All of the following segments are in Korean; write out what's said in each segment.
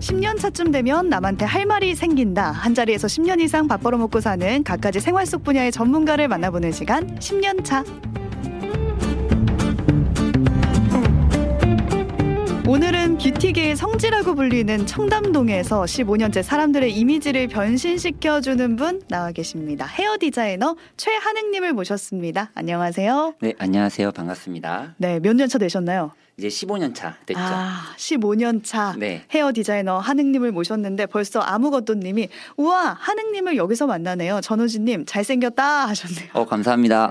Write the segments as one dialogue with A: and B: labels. A: 10년 차쯤 되면 남한테 할 말이 생긴다. 한 자리에서 10년 이상 밥 벌어먹고 사는 각가지 생활 속 분야의 전문가를 만나보는 시간 10년 차. 오늘은 뷰티계의 성지라고 불리는 청담동에서 15년째 사람들의 이미지를 변신시켜주는 분 나와 계십니다. 헤어 디자이너 최한흥님을 모셨습니다. 안녕하세요.
B: 네, 안녕하세요. 반갑습니다.
A: 네, 몇 년 차 되셨나요?
B: 이제 15년 차 됐죠.
A: 아, 15년 차
B: 네.
A: 헤어 디자이너 한흥님을 모셨는데 벌써 아무것도님이 우와 한흥님을 여기서 만나네요. 전우진님 잘생겼다 하셨네요.
B: 어, 감사합니다.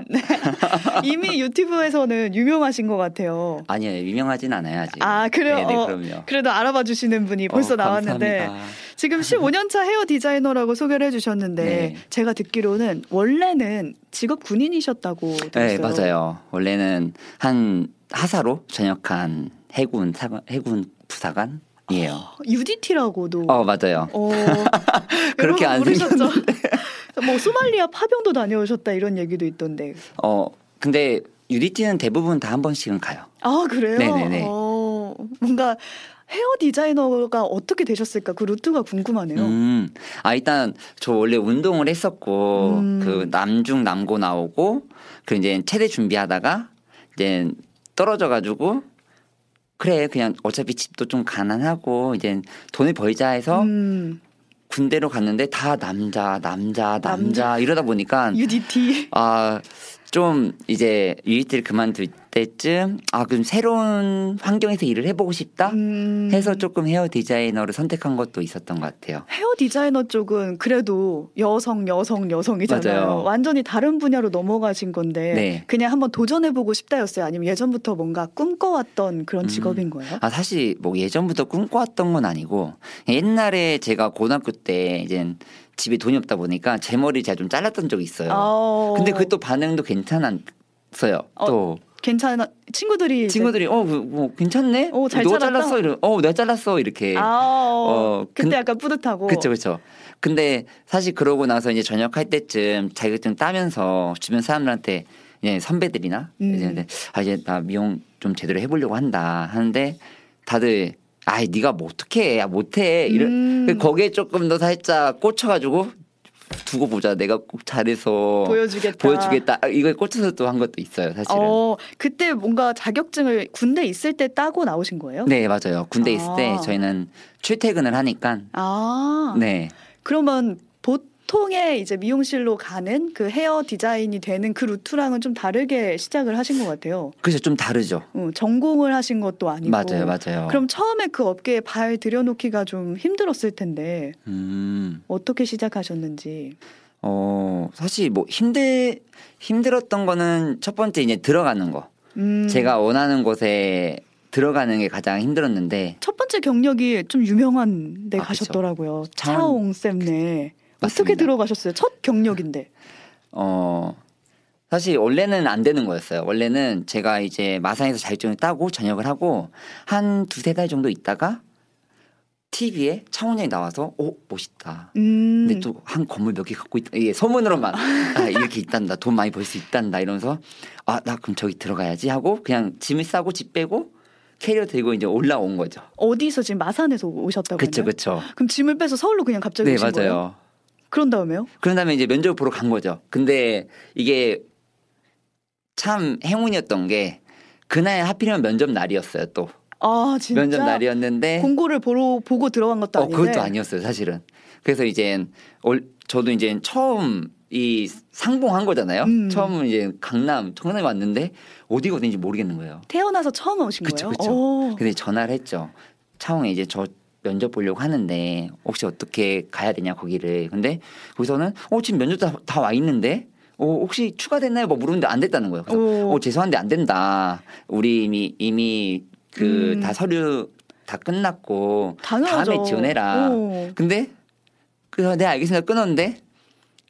A: 이미 유튜브에서는 유명하신 것 같아요.
B: 아니요, 유명하진 않아요, 아직.
A: 아, 그래요?
B: 네,
A: 어,
B: 그럼요.
A: 그래도 알아봐 주시는 분이 벌써
B: 어,
A: 나왔는데
B: 감사합니다.
A: 지금 15년차 헤어 디자이너라고 소개를 해주셨는데
B: 네.
A: 제가 듣기로는 원래는 직업 군인이셨다고
B: 네,
A: 들었어요.
B: 맞아요. 원래는 한 하사로 전역한 해군 사관, 해군 부사관이에요.
A: 어, UDT라고도
B: 어, 맞아요.
A: 어,
B: 그렇게
A: 여러분
B: 안
A: 모르셨죠? 뭐 소말리아 파병도 다녀오셨다 이런 얘기도 있던데.
B: 어, 근데 유리티는 대부분 다 한 번씩은 가요.
A: 아 그래요?
B: 네네네.
A: 어, 뭔가 헤어 디자이너가 어떻게 되셨을까 그 루트가 궁금하네요.
B: 음. 아, 일단 저 원래 운동을 했었고
A: 음.
B: 그 남중 남고 나오고 그 이제 체대 준비하다가 이제 떨어져 가지고 그래 그냥 어차피 집도 좀 가난하고 이제 돈을 벌자 해서
A: 음,
B: 군대로 갔는데 다 남자 남자 남자,
A: 남자.
B: 이러다 보니까
A: UDT.
B: 아 좀 이제 유일티를 그만둘 때쯤 아 그럼 새로운 환경에서 일을 해보고 싶다
A: 음,
B: 해서 조금 헤어 디자이너를 선택한 것도 있었던 것 같아요.
A: 헤어 디자이너 쪽은 그래도 여성 여성 여성이잖아요.
B: 맞아요.
A: 완전히 다른 분야로 넘어가신 건데
B: 네.
A: 그냥 한번 도전해 보고 싶다였어요. 아니면 예전부터 뭔가 꿈꿔왔던 그런
B: 음.
A: 직업인 거예요?
B: 아 사실 뭐 예전부터 꿈꿔왔던 건 아니고 옛날에 제가 고등학교 때 이제 집에 돈이 없다 보니까 제 머리 제가 좀 잘랐던 적이 있어요.
A: 아,
B: 근데 그 또 반응도 괜찮았어요.
A: 어,
B: 또
A: 괜찮아 친구들이 이제
B: 친구들이 어뭐 괜찮네.
A: 어, 잘
B: 너가
A: 잘랐다.
B: 잘랐어. 이러. 어 내가 잘랐어 이렇게.
A: 아,
B: 어,
A: 그때
B: 근-
A: 약간 뿌듯하고.
B: 그쵸 그쵸. 근데 사실 그러고 나서 이제 전역할 때쯤 자격증 따면서 주변 사람들한테 이제 선배들이나
A: 음.
B: 이제 아 이제 나 미용 좀 제대로 해보려고 한다 하는데 다들 아이 네가 뭐 어떻게 못해 이런
A: 음.
B: 그 거기에 조금 더 살짝 꽂혀가지고 두고 보자. 내가 꼭 잘해서
A: 보여주겠다.
B: 뭐 보여주겠다. 아, 이거에 꽂혀서 또 한 것도 있어요. 사실은.
A: 어, 그때 뭔가 자격증을 군대 있을 때 따고 나오신 거예요?
B: 네 맞아요. 군대 있을 때
A: 아.
B: 저희는 출퇴근을 하니까
A: 아,
B: 네
A: 그러면 보통의 이제 미용실로 가는 그 헤어 디자인이 되는 그 루트랑은 좀 다르게 시작을 하신 것 같아요.
B: 그래서 좀 다르죠.
A: 어, 전공을 하신 것도 아니고.
B: 맞아요 맞아요.
A: 그럼 처음에 그 업계에 발 들여놓기가 좀 힘들었을 텐데
B: 음.
A: 어떻게 시작하셨는지.
B: 어 사실 뭐 힘들 힘들었던 거는 첫 번째 이제 들어가는 거.
A: 음,
B: 제가 원하는 곳에 들어가는 게 가장 힘들었는데
A: 첫 번데 경력이 좀 유명한 데
B: 아, 그쵸.
A: 가셨더라고요.
B: 차원- 그,
A: 차홍 쌤네. 어떻게
B: 맞습니다.
A: 들어가셨어요? 첫 경력인데.
B: 어 사실 원래는 안 되는 거였어요. 원래는 제가 이제 마산에서 자격증을 따고 전역을 하고 한 두세 달 정도 있다가 TV에 차원영이 나와서 오 멋있다.
A: 음.
B: 근데 또 한 건물 몇 개 갖고 있다. 이게 소문으로만 아, 이렇게 있단다. 돈 많이 벌 수 있단다. 이러면서 아 나 그럼 저기 들어가야지 하고 그냥 짐을 싸고 집 빼고 캐리어 들고 이제 올라온 거죠.
A: 어디서 지금 마산에서 오셨다고요?
B: 그쵸그쵸
A: 그럼 짐을 빼서 서울로 그냥 갑자기
B: 네
A: 오신 거예요?
B: 맞아요.
A: 그런 다음에요?
B: 그런 다음에 이제 면접을 보러 간 거죠. 근데 이게 참 행운이었던 게 그날 하필이면 면접 날이었어요. 또
A: 아 진짜
B: 면접 날이었는데 네.
A: 공고를 보러 보고 들어간 것도
B: 어
A: 아닌데
B: 그것도 아니었어요. 사실은 그래서 이제 올- 저도 이제 처음 이 상봉한 거잖아요.
A: 음.
B: 처음 이제 강남 청남에 왔는데 어디가 어디인지 모르겠는 거예요.
A: 태어나서 처음 오신
B: 그쵸,
A: 거예요?
B: 그쵸.
A: 오.
B: 근데 전화를 했죠. 차홍에 이제 저 면접 보려고 하는데 혹시 어떻게 가야 되냐 거기를. 근데 거기서는 어 지금 면접 다 와 있는데 어 혹시 추가됐나요? 뭐 물었는데 안 됐다는 거예요. 그래서
A: 오.
B: 어 죄송한데 안 된다. 우리 이미 이미 그
A: 음.
B: 다 서류 다 끝났고
A: 당연하죠.
B: 다음에 지원해라.
A: 오.
B: 근데 그래서 내가 알겠습니다 끊었는데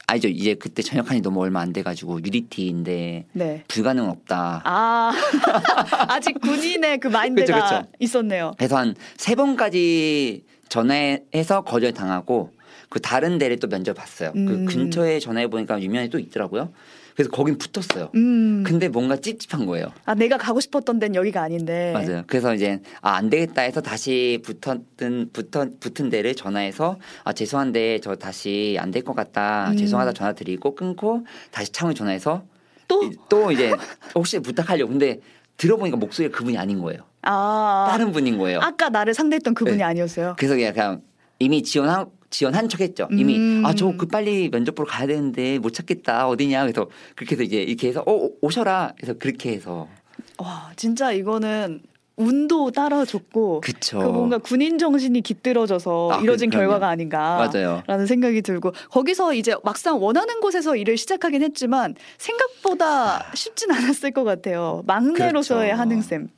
B: 아니죠 이제 그때 전역한지 너무 얼마 안 돼가지고 유리티인데
A: 네.
B: 불가능 없다.
A: 아 아직 군인의 그 마인드가
B: 그쵸, 그쵸.
A: 있었네요.
B: 그래서 한 세 번까지 전화해서 거절 당하고 그 다른 데를 또 면접 봤어요.
A: 음.
B: 그 근처에 전화해 보니까 유명한 또 있더라고요. 그래서 거긴 붙었어요.
A: 음.
B: 근데 뭔가 찝찝한 거예요.
A: 아 내가 가고 싶었던 데는 여기가 아닌데.
B: 맞아요. 그래서 이제 아, 안 되겠다 해서 다시 붙었던 붙어, 붙은 데를 전화해서 아 죄송한데 저 다시 안 될 것 같다.
A: 음.
B: 죄송하다 전화 드리고 끊고 다시 창훈이 전화해서
A: 또?
B: 이- 또 이제 혹시 부탁하려고 근데 들어보니까 목소리가 그분이 아닌 거예요.
A: 아.
B: 다른 분인 거예요.
A: 아까 나를 상대했던 그분이
B: 네.
A: 아니었어요.
B: 그래서 그냥, 그냥 이미 지원한 지원한 척했죠. 이미
A: 음.
B: 아 저 그 빨리 면접 보러 가야 되는데 못 찾겠다 어디냐 그래서 그렇게 해서 이제 이렇게 해서 어 오- 오셔라 그래서 그렇게 해서
A: 와 진짜 이거는 운도 따라줬고
B: 그쵸
A: 그 뭔가 군인 정신이 깃들어져서
B: 아,
A: 이뤄진
B: 그럼요.
A: 결과가 아닌가.
B: 맞아요.
A: 라는 생각이 들고 거기서 이제 막상 원하는 곳에서 일을 시작하긴 했지만 생각보다 쉽진 않았을 것 같아요. 막내로서의
B: 아. 그렇죠.
A: 한흥쌤.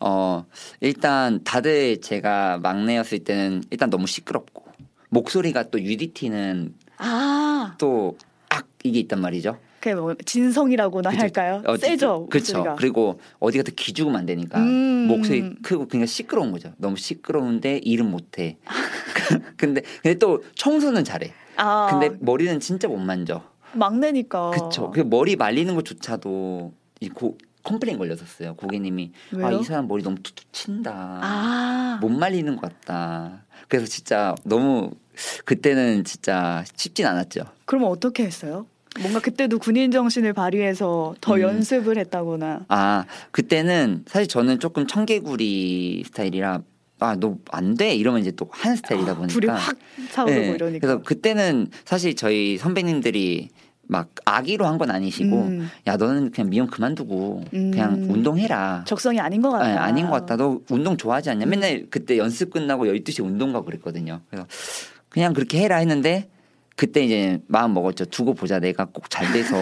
B: 어 일단 다들 제가 막내였을 때는 일단 너무 시끄럽고 목소리가 또 UDT는
A: 아,
B: 또 악 이게 있단 말이죠.
A: 그게 뭐 진성이라고나
B: 그죠?
A: 할까요?
B: 어,
A: 세죠.
B: 그렇죠.
A: 목소리가.
B: 그리고 어디 가더 기죽으면 안 되니까
A: 음.
B: 목소리 크고 그냥 시끄러운 거죠. 너무 시끄러운데 일은 못해. 그, 근데 근데 또 청소는 잘해.
A: 아, 어.
B: 근데 머리는 진짜 못 만져.
A: 막내니까.
B: 그쵸. 그 머리 말리는 것조차도 이 고, 컴플레인 걸렸었어요. 고객님이 아
A: 왜요?
B: 이 사람 머리 너무 툭툭 친다.
A: 아,
B: 못 말리는 것 같다. 그래서 진짜 너무 그때는 진짜 쉽진 않았죠.
A: 그럼 어떻게 했어요? 뭔가 그때도 군인 정신을 발휘해서 더
B: 음.
A: 연습을 했다거나.
B: 아 그때는 사실 저는 조금 청개구리 스타일이라 아 너 안 돼 이러면 이제 또 한 그러니까 스타일이다 보니까
A: 아, 불이 확 차오르고
B: 네,
A: 이러니까.
B: 그래서 그때는 사실 저희 선배님들이 막 악의로 한 건 아니시고
A: 음.
B: 야 너는 그냥 미용 그만두고
A: 음.
B: 그냥 운동해라
A: 적성이 아닌 것 같다.
B: 네, 아닌 것 같다. 너 운동 좋아하지 않냐? 맨날 그때 연습 끝나고 12시에 운동 가고 그랬거든요. 그래서 그냥 그렇게 해라 했는데 그때 이제 마음 먹었죠. 두고 보자. 내가 꼭 잘 돼서.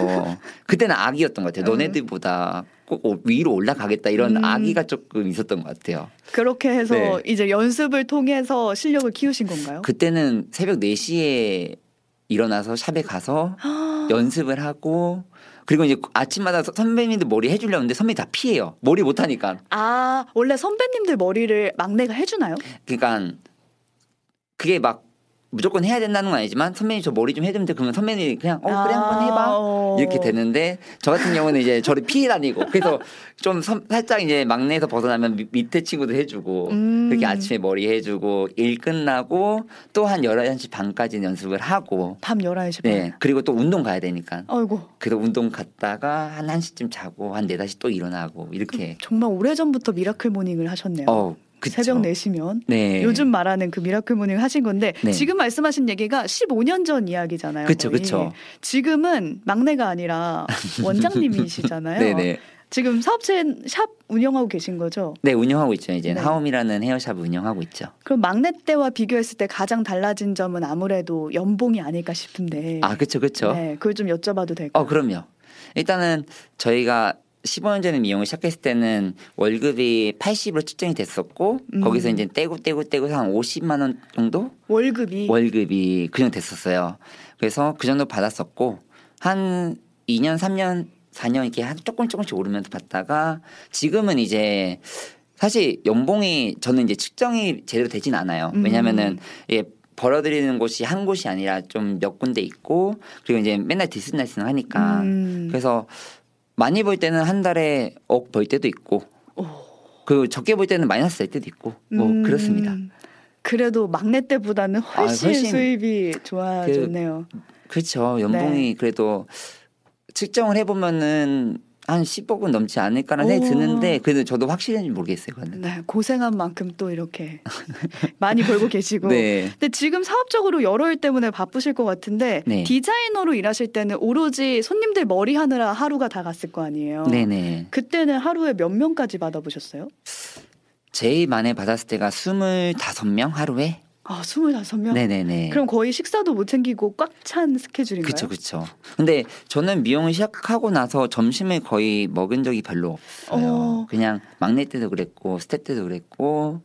B: 그때는 악이었던 것
A: 음.
B: 같아요. 너네들보다 꼭 오- 위로 올라가겠다. 이런
A: 음.
B: 악의가 조금 있었던 것 같아요.
A: 그렇게 해서
B: 네.
A: 이제 연습을 통해서 실력을 키우신 건가요?
B: 그때는 새벽 4시에 일어나서 샵에 가서
A: 아,
B: 연습을 하고 그리고 이제 아침마다 서- 선배님들 머리 해주려고 하는데 선배님 다 피해요. 머리 못하니까.
A: 아 원래 선배님들 머리를 막내가 해주나요?
B: 그러니까 그게 막 무조건 해야 된다는 건 아니지만 선배님 저 머리 좀 해주면 돼 그러면 선배님이 그냥 어 그래 한번 해봐
A: 아,
B: 이렇게 되는데 저 같은 경우는 이제 저를 피해 다니고 그래서 좀 선- 살짝 이제 막내에서 벗어나면 밑- 밑에 친구도 해주고
A: 음.
B: 그렇게 아침에 머리 해주고 일 끝나고 또 한 11시 반까지 연습을 하고
A: 밤 11시 반.
B: 네 그리고 또 운동 가야 되니까
A: 아이고
B: 그래서 운동 갔다가 한 1시쯤 자고 한 4시 또 일어나고 이렇게
A: 정말 오래전부터 미라클 모닝을 하셨네요.
B: 어 그쵸
A: 새벽 4시면
B: 네
A: 요즘 말하는 그 미라클 모닝 하신 건데
B: 네.
A: 지금 말씀하신 얘기가 15년 전 이야기잖아요.
B: 그쵸
A: 거의.
B: 그쵸
A: 지금은 막내가 아니라 원장님이시잖아요.
B: 네네
A: 지금 사업체 샵 운영하고 계신 거죠?
B: 네 운영하고 있죠. 이제
A: 네.
B: 하옴이라는 헤어샵 운영하고 있죠.
A: 그럼 막내 때와 비교했을 때 가장 달라진 점은 아무래도 연봉이 아닐까 싶은데.
B: 아 그렇죠 그렇죠.
A: 네, 그걸 좀 여쭤봐도 될까요?
B: 어 그럼요. 일단은 저희가 15년 전에 미용을 시작했을 때는 월급이 80으로 측정이 됐었고
A: 음.
B: 거기서 이제 떼고 떼고 떼고 한 50만 원 정도
A: 월급이
B: 월급이 그냥 됐었어요. 그래서 그 정도 받았었고 한 2년 3년 4년 이렇게 한 조금 조금씩 오르면서 받다가 지금은 이제 사실 연봉이 저는 이제 측정이 제대로 되진 않아요.
A: 음.
B: 왜냐면은 예 벌어들이는 곳이 한 곳이 아니라 좀 몇 군데 있고 그리고 이제 맨날 디스나이스는 하니까
A: 음.
B: 아, 그래서 많이 벌 때는 한 달에 억 벌 때도 있고
A: 오.
B: 그 적게 벌 때는 마이너스 될 때도 있고 뭐
A: 음.
B: 그렇습니다.
A: 그래도 막내 때보다는 훨씬,
B: 아, 훨씬 그
A: 수입이 좋아졌네요.
B: 그렇죠. 연봉이 그래도 측정을 해보면은 한 10억은 넘지 않을까라는 생각이
A: 오.
B: 드는데 그래도 저도 확실한지 모르겠어요. 그거는.
A: 네, 고생한 만큼 또 이렇게 많이 벌고 계시고.
B: 네.
A: 근데 지금 사업적으로 여러 일 때문에 바쁘실 것 같은데
B: 네.
A: 디자이너로 일하실 때는 오로지 손님들 머리 하느라 하루가 다 갔을 거 아니에요.
B: 어. 네네.
A: 그때는 하루에 몇 명까지 받아보셨어요?
B: 제일 많이 받았을 때가 25명 하루에?
A: 아, 25명?
B: 네네네.
A: 그럼 거의 식사도 못 챙기고 꽉 찬 스케줄인가요?
B: 그쵸 그쵸. 근데 저는 미용을 시작하고 나서 점심을 거의 먹은 적이 별로 없어요.
A: 어.
B: 그냥 막내 때도 그랬고 스텝 때도 그랬고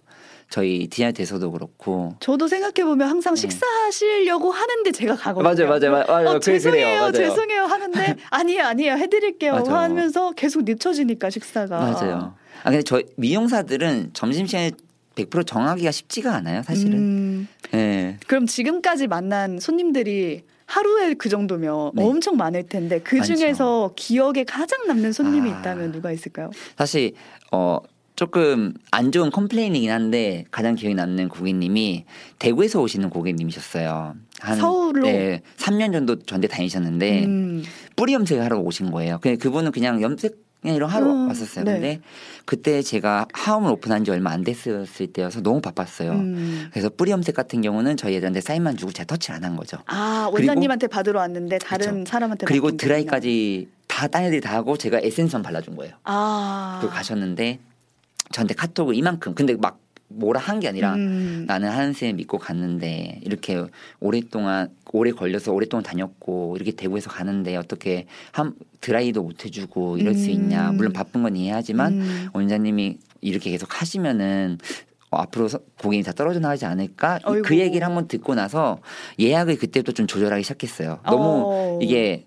B: 저희 디아 돼서도 그렇고.
A: 저도 생각해 보면 항상
B: 네.
A: 식사하시려고 하는데 제가 가거든요.
B: 맞아요 맞아요 맞아요.
A: 어,
B: 그래,
A: 죄송해요,
B: 그래요. 맞아요.
A: 죄송해요 하는데 아니에요, 아니에요, 해드릴게요
B: 맞아.
A: 하면서 계속 늦춰지니까 식사가
B: 맞아요. 아 근데 저 미용사들은 점심 시간에 100% 정하기가 쉽지가 않아요, 사실은.
A: 음,
B: 예.
A: 그럼 지금까지 만난 손님들이 하루에 그 정도면
B: 네.
A: 엄청 많을 텐데 그
B: 많죠.
A: 중에서 기억에 가장 남는 손님이
B: 아.
A: 있다면 누가 있을까요?
B: 사실 어 조금 안 좋은 컴플레인이긴 한데 가장 기억에 남는 고객님이 대구에서 오시는 고객님이셨어요. 한
A: 서울로?
B: 네, 3년 정도 전대 다니셨는데
A: 음,
B: 뿌리 염색을 하러 오신 거예요. 그냥 그분은 그냥 염색 그냥 이런 하러
A: 음,
B: 왔었어요.
A: 네.
B: 근데 그때 제가 하움을 오픈한 지 얼마 안 됐을 때여서 너무 바빴어요.
A: 음.
B: 그래서 뿌리 염색 같은 경우는 저희 애들한테 사인만 주고 제가 터치를 안 한 거죠.
A: 아
B: 그리고-
A: 원장님한테 받으러 왔는데 다른 사람한테
B: 그리고
A: 맡긴 거구나.
B: 드라이까지 다 딴 애들이 다 하고 제가 에센스만 발라준 거예요.
A: 아
B: 그리고 가셨는데 저한테 카톡을 이만큼 근데 막 뭐라 한 게 아니라
A: 음.
B: 나는 하은 쌤 믿고 갔는데 이렇게 오랫동안 오래 걸려서 오랫동안 다녔고 이렇게 대구에서 가는데 어떻게 한 드라이도 못 해주고 이럴 수 있냐
A: 음.
B: 물론 바쁜 건 이해하지만
A: 음.
B: 원장님이 이렇게 계속 하시면은 어, 앞으로 서- 고객이 다 떨어져 나가지 않을까 이-
A: 어이구.
B: 그 얘기를 한번 듣고 나서 예약을 그때부터 좀 조절하기 시작했어요. 너무
A: 어.
B: 이게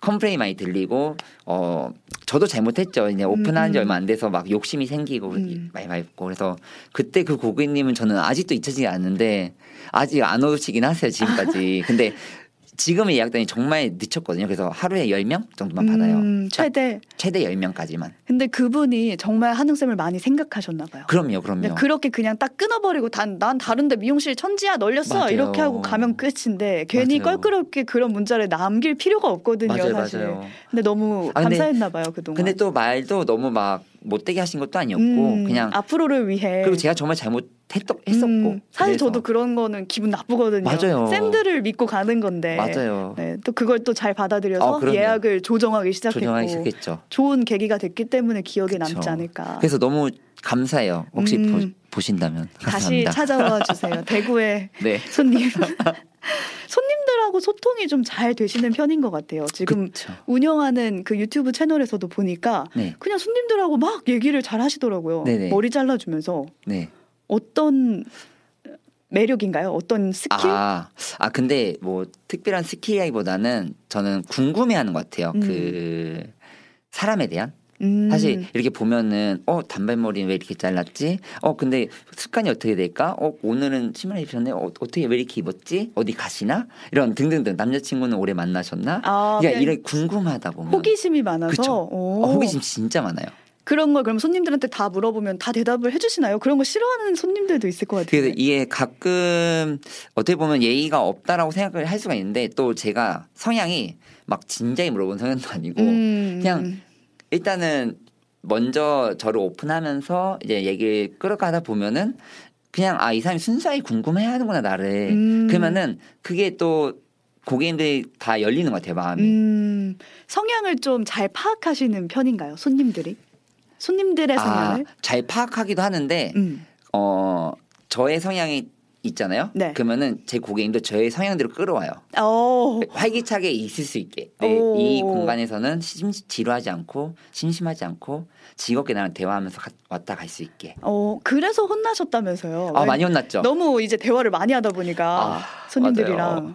B: 컴플레인 많이 들리고 어 저도 잘못했죠. 이제 오픈한 지
A: 음.
B: 얼마 안 돼서 막 욕심이 생기고
A: 음.
B: 많이 많이 있고 그래서 그때 그 고객님은 저는 아직도 잊혀지지 않는데 아직 안 오시긴 하세요 지금까지. 근데 지금의 예약단이 정말 늦췄거든요. 그래서 하루에 10명 정도만 받아요.
A: 음,
B: 딱
A: 최대
B: 최대 10명까지만.
A: 근데 그분이 정말 한웅 쌤을 많이 생각하셨나 봐요.
B: 그럼요. 그럼요.
A: 근데 네, 그렇게 그냥 딱 끊어버리고 단, 난 다른데 미용실 천지야 널렸어
B: 맞아요.
A: 이렇게 하고 가면 끝인데 괜히
B: 맞아요.
A: 껄끄럽게 그런 문자를 남길 필요가 없거든요
B: 맞아요.
A: 사실.
B: 맞아요.
A: 근데 너무
B: 아, 근데-
A: 감사했나 봐요 그동안.
B: 근데 또 말도 너무 막 못되게 하신 것도 아니었고
A: 음,
B: 그냥
A: 앞으로를 위해 음,
B: 그리고 제가 정말 잘못했었고
A: 사실
B: 그래서.
A: 저도 그런 거는 기분 나쁘거든요.
B: 맞아요.
A: 쌤들을 믿고 가는 건데.
B: 맞아요.
A: 네, 또 그걸 또 잘 받아들여서
B: 아, 그럼요.
A: 예약을 조정하기 시작했고
B: 조정하기 시작했죠.
A: 좋은 계기가 됐기 때문에 기억에 남지
B: 그쵸.
A: 않을까.
B: 그래서 너무 감사해요. 혹시
A: 음.
B: 보, 신다면
A: 다시
B: 감사합니다.
A: 찾아와 주세요. 대구에
B: 네.
A: 손님. 손님들하고 소통이 좀 잘 되시는 편인 것 같아요. 지금
B: 그쵸.
A: 운영하는 그 유튜브 채널에서도 보니까
B: 네.
A: 그냥 손님들하고 막 얘기를 잘 하시더라고요.
B: 네네.
A: 머리 잘라주면서
B: 네.
A: 어떤 매력인가요? 어떤 스킬?
B: 아, 아 근데 뭐 특별한 스킬이라기보다는 저는 궁금해하는 것 같아요.
A: 음.
B: 그 사람에 대한
A: 음,
B: 사실 이렇게 보면은 어 단발머리 왜 이렇게 잘랐지? 어 근데 습관이 어떻게 될까? 어 오늘은 치마를 입혔네. 어, 어떻게 왜 이렇게 입었지? 어디 가시나? 이런 등등등 남자친구는 오래 만나셨나?
A: 아,
B: 그러니까
A: 그냥
B: 이런 궁금하다 보면
A: 호기심이 많아서
B: 그쵸.
A: 오.
B: 어, 호기심 진짜 많아요.
A: 그런 걸 그럼 손님들한테 다 물어보면 다 대답을 해주시나요? 그런 거 싫어하는 손님들도 있을 것 같아요.
B: 그래서 이게 가끔 어떻게 보면 예의가 없다라고 생각을 할 수가 있는데 또 제가 성향이 막 진지하게 물어본 성향도 아니고
A: 음,
B: 뭐 그냥 일단은 먼저 저를 오픈하면서 이제 얘기를 끌어가다 보면은 그냥 아 이 사람이 순수하게 궁금해하는구나 나를
A: 음.
B: 네. 그러면은 그게 또 고객님들이 다 열리는 것 같아요 마음이
A: 음, 성향을 좀 잘 파악하시는 편인가요? 손님들이 손님들의 성향을?
B: 아 네. 잘 파악하기도 하는데
A: 음.
B: 어 저의 성향이 있잖아요
A: 네.
B: 그러면은 제 고객님도 저의 성향대로 끌어와요
A: 어,
B: 활기차게 있을 수 있게 내
A: 오.
B: 이 공간에서는 심, 지루하지 않고 심심하지 않고 즐겁게 나랑 대화하면서 가- 왔다 갈 수 있게
A: 어, 그래서 혼나셨다면서요?
B: 아 많이 혼났죠
A: 너무 이제 대화를 많이 하다 보니까
B: 아,
A: 손님들이랑
B: 맞아요.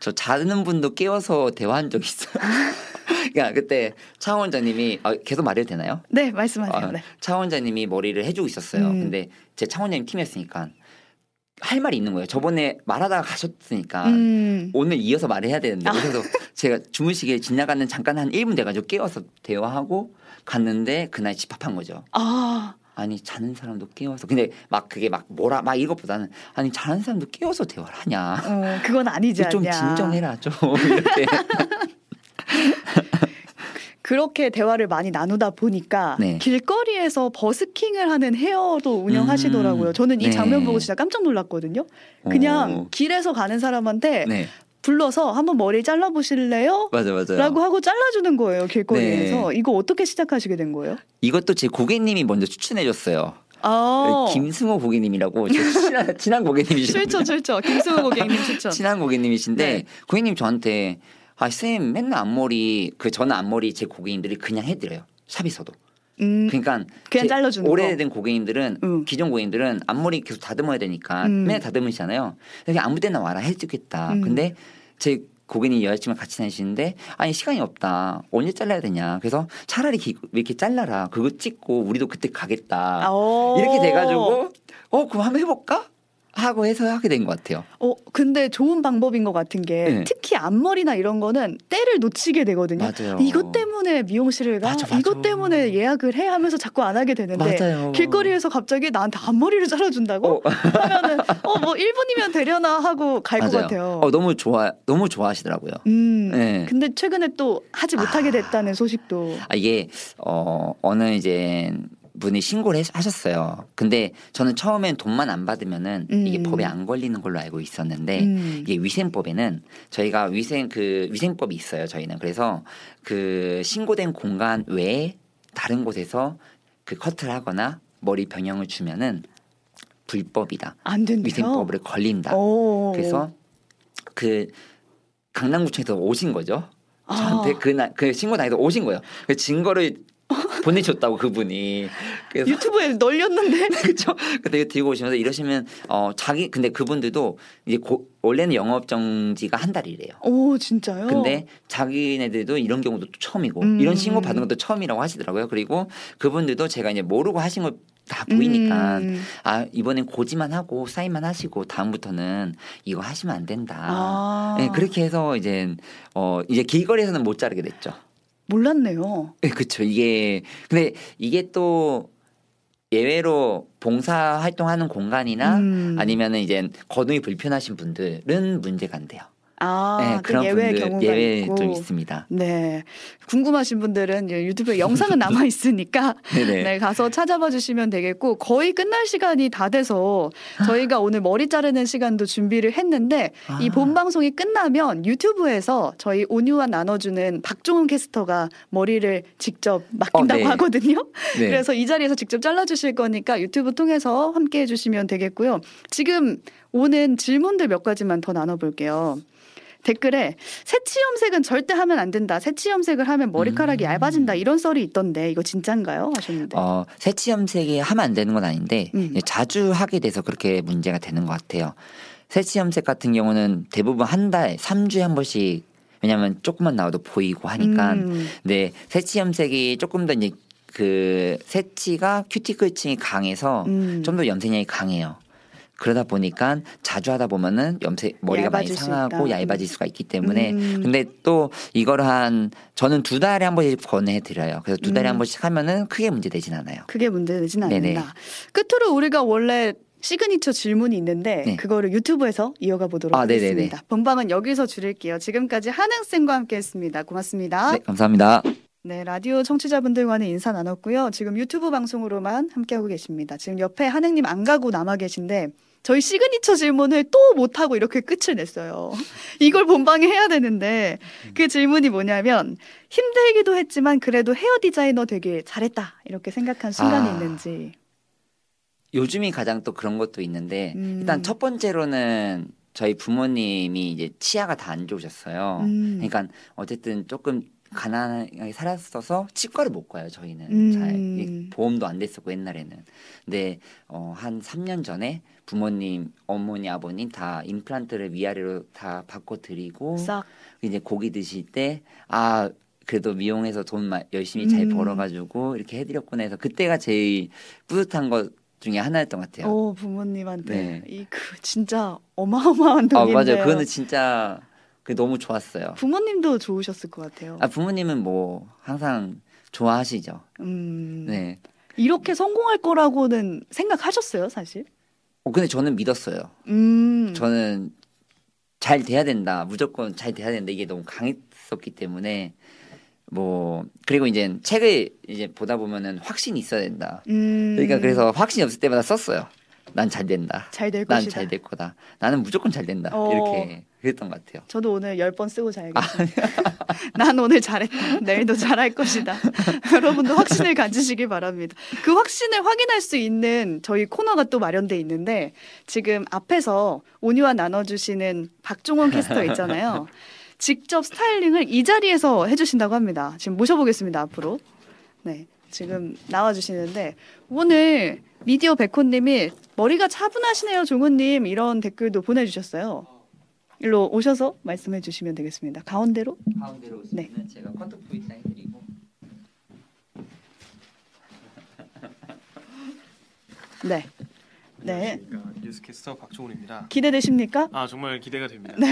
B: 저 자는 분도 깨워서 대화한 적 있어요 그러니까 그때 차 원장님이 아, 계속 말해도 되나요?
A: 네 말씀하세요.
B: 아,
A: 네.
B: 차 원장님이 머리를 해주고 있었어요
A: 음.
B: 근데 제차 원장님 팀이었으니까 할 말이 있는 거예요 저번에 말하다가 가셨으니까
A: 음.
B: 오늘 이어서 말해야
A: 아.
B: 되는데 그래서 제가 주무시게 지나가는 잠깐 한 1분 돼가지고 깨워서 대화하고 갔는데 그날 집합한 거죠.
A: 아,
B: 아니 자는 사람도 깨워서 근데 막 그게 막 뭐라 막 이것보다는 아니 자는 사람도 깨워서 대화를 하냐
A: 어, 그건 아니지 않냐.
B: 좀 진정해라 좀 이렇게
A: 그렇게 대화를 많이 나누다 보니까
B: 네.
A: 길거리에서 버스킹을 하는 헤어도 운영하시더라고요.
B: 음,
A: 저는 이
B: 네.
A: 장면 보고 진짜 깜짝 놀랐거든요. 그냥
B: 오.
A: 길에서 가는 사람한테
B: 네
A: 불러서 한번 머리 잘라 보실래요?
B: 맞아 맞아
A: 라고 하고 잘라주는 거예요 길거리에서
B: 네.
A: 이거 어떻게 시작하시게 된 거예요?
B: 이것도 제 고객님이 먼저 추천해줬어요 그
A: 아
B: 네, 김승호 고객님이라고 제 친한 친한 고객님이신데
A: 출처 출처 김승우 고객님 출처
B: 친한 고객님이신데
A: 네.
B: 고객님 저한테 아 쌤 맨날 앞머리 그 저는 앞머리 제 고객님들이 그냥 해드려요 샵에서도
A: 음,
B: 그러니까
A: 그냥
B: 제
A: 잘라주는
B: 오래된 고객님들은
A: 응.
B: 기존 고객님들은 앞머리 계속 다듬어야 되니까
A: 음.
B: 맨날 다듬으시잖아요 여기 아무 데나 와라 해주겠다
A: 음.
B: 근데 제 고객님 여자친구랑 같이 다니시는데 아니 시간이 없다 언제 잘라야 되냐 그래서 차라리 기- 이렇게 잘라라 그거 찍고 우리도 그때 가겠다
A: 어.
B: 이렇게 돼가지고 어 그럼 한번 해볼까 하고 해서 하게 된 것 같아요.
A: 어, 근데 좋은 방법인 것 같은 게
B: 네.
A: 특히 앞머리나 이런 거는 때를 놓치게 되거든요.
B: 맞아요.
A: 이것 때문에 미용실을 가,
B: 맞아, 맞아.
A: 이것 때문에 예약을 해 하면서 자꾸 안 하게 되는데
B: 맞아요.
A: 길거리에서 갑자기 나한테 앞머리를 잘라준다고 하면은 어 뭐 1분이면 되려나 하고 갈 것
B: 맞아요.
A: 같아요.
B: 어, 너무 좋아 너무 좋아하시더라고요.
A: 음.
B: 네.
A: 근데 최근에 또 하지 못하게 됐다는 소식도.
B: 아, 이게 어, 어느 이제 분이 신고를 해서- 하셨어요. 근데 저는 처음엔 돈만 안 받으면은 이게
A: 음.
B: 법에 안 걸리는 걸로 알고 있었는데
A: 음.
B: 네. 이게 위생법에는 저희가 위생 그 위생법이 있어요. 저희는 그래서 그 신고된 공간 외에 다른 곳에서 그 커트를 하거나 머리 변형을 주면은 불법이다.
A: 안 된대요. 어.
B: 위생법으로 걸린다.
A: 오.
B: 그래서 그 강남구청에서 오신 거죠.
A: 아.
B: 저한테 그날 그 신고 당해서 오신 거예요. 그 증거를 보내줬다고 그분이 그래서
A: 유튜브에 널렸는데
B: 그렇죠. 근데 이거 들고 오시면서 이러시면 어 자기 근데 그분들도 이제 고- 원래는 영업 정지가 한 달이래요.
A: 오 진짜요?
B: 근데 자기네들도 이런 경우도 또 처음이고
A: 음.
B: 이런 신고 받은 것도 처음이라고 하시더라고요. 그리고 그분들도 제가 이제 모르고 하신 걸 다 보이니까
A: 음.
B: 아 이번엔 고지만 하고 사인만 하시고 다음부터는 이거 하시면 안 된다.
A: 아.
B: 네, 그렇게 해서 이제 어 이제 길거리에서는 못 자르게 됐죠.
A: 몰랐네요.
B: 네, 그렇죠. 이게 근데 이게 또 예외로 봉사 활동하는 공간이나
A: 음.
B: 아니면은 이제 거동이 불편하신 분들은 문제가 안 돼요.
A: 아,
B: 네,
A: 또 예외 경우가
B: 예외
A: 있고.
B: 좀 있습니다.
A: 네. 궁금하신 분들은 예, 유튜브에 영상은 남아 있으니까
B: 네네.
A: 네, 가서 찾아봐 주시면 되겠고 거의 끝날 시간이 다 돼서 저희가 오늘 머리 자르는 시간도 준비를 했는데
B: 아.
A: 이 본 방송이 끝나면 유튜브에서 저희 온유와 나눠주는 박종훈 캐스터가 머리를 직접 맡긴다고
B: 어, 네.
A: 하거든요.
B: 네.
A: 그래서 이 자리에서 직접 잘라주실 거니까 유튜브 통해서 함께 해주시면 되겠고요. 지금 오는 질문들 몇 가지만 더 나눠볼게요. 댓글에 새치 염색은 절대 하면 안 된다. 새치 염색을 하면 머리카락이
B: 음.
A: 얇아진다. 이런 썰이 있던데 이거 진짠가요? 하셨는데.
B: 어, 세치 염색이 하면 안 되는 건 아닌데
A: 음.
B: 예, 자주 하게 돼서 그렇게 문제가 되는 것 같아요. 세치 염색 같은 경우는 대부분 한 달, 3주에 한 번씩 왜냐면 조금만 나와도 보이고 하니까
A: 음.
B: 네, 세치 염색이 조금 더 이제 그 세치가 큐티클층이 강해서
A: 음.
B: 좀 더 염색량이 강해요. 그러다 보니까 자주 하다 보면은 염색 머리가 많이
A: 얇아질 수
B: 상하고
A: 있다.
B: 얇아질 수가 있기 때문에
A: 음.
B: 근데 또 이걸 한 저는 두 달에 한 번씩 권해 드려요. 그래서 두 달에
A: 음.
B: 한 번씩 하면은 크게 문제 되진 않아요.
A: 그게 문제되진 않는다.
B: 네네.
A: 끝으로 우리가 원래 시그니처 질문이 있는데
B: 네.
A: 그거를 유튜브에서 이어가 보도록
B: 아, 네네네.
A: 하겠습니다. 본방은 여기서 줄일게요. 지금까지 한흥 쌤과 함께했습니다. 고맙습니다.
B: 네, 감사합니다.
A: 네, 라디오 청취자분들과는 인사 나눴고요. 지금 유튜브 방송으로만 함께하고 계십니다. 지금 옆에 한행님 안 가고 남아 계신데 저희 시그니처 질문을 또 못하고 이렇게 끝을 냈어요. 이걸 본방에 해야 되는데 그 질문이 뭐냐면 힘들기도 했지만 그래도 헤어 디자이너 되길 잘했다 이렇게 생각한 순간이
B: 아.
A: 있는지.
B: 요즘이 가장 또 그런 것도 있는데
A: 음.
B: 네. 일단 첫 번째로는 저희 부모님이 이제 치아가 다 안 좋으셨어요.
A: 음.
B: 그러니까 어쨌든 조금 가난하게 살았어서 치과를 못 가요 저희는
A: 음.
B: 잘 이- 보험도 안 됐었고 옛날에는 근데 어, 한 3년 전에 부모님 어머니 아버님 다 임플란트를 위아래로 다 바꿔 드리고
A: 싹.
B: 이제 고기 드실 때 아 그래도 미용해서 돈 마- 열심히 잘
A: 음.
B: 벌어가지고 이렇게 해드렸구나 해서 그때가 제일 뿌듯한 것 중에 하나였던 것 같아요.
A: 오 어, 부모님한테
B: 네.
A: 이그 진짜 어마어마한
B: 아
A: 돈인데.
B: 맞아요. 그거는 진짜 그 너무 좋았어요.
A: 부모님도 좋으셨을 것 같아요.
B: 아 부모님은 뭐 항상 좋아하시죠.
A: 음.
B: 네.
A: 이렇게 성공할 거라고는 생각하셨어요, 사실?
B: 어, 근데 저는 믿었어요.
A: 음.
B: 저는 잘 돼야 된다. 무조건 잘 돼야 된다. 이게 너무 강했었기 때문에 뭐 그리고 이제 책을 이제 보다 보면은 확신이 있어야 된다.
A: 음.
B: 그러니까 그래서 확신이 없을 때마다 썼어요. 난 잘 된다.
A: 잘될
B: 난
A: 것이다.
B: 잘 될 거다. 나는 무조건 잘 된다.
A: 어.
B: 이렇게 그랬던 것 같아요.
A: 저도 오늘 열 번 쓰고 자야겠어요. 난 오늘 잘했다. 내일도 잘할 것이다. 여러분도 확신을 가지시길 바랍니다. 그 확신을 확인할 수 있는 저희 코너가 또 마련돼 있는데 지금 앞에서 온유와 나눠주시는 박종원 캐스터 있잖아요. 직접 스타일링을 이 자리에서 해주신다고 합니다. 지금 모셔보겠습니다. 앞으로. 네. 지금 나와주시는데 오늘 미디어 백호님이 머리가 차분하시네요, 종훈님 이런 댓글도 보내주셨어요. 일로 오셔서 말씀해 주시면 되겠습니다. 가운데로.
B: 가운데로
A: 오시면은
B: 제가 컨트 포인트 해드리고
A: 네. 네.
C: 안녕하십니까 뉴스캐스터 박종훈입니다.
A: 기대되십니까?
C: 아 정말 기대가 됩니다.
A: 네.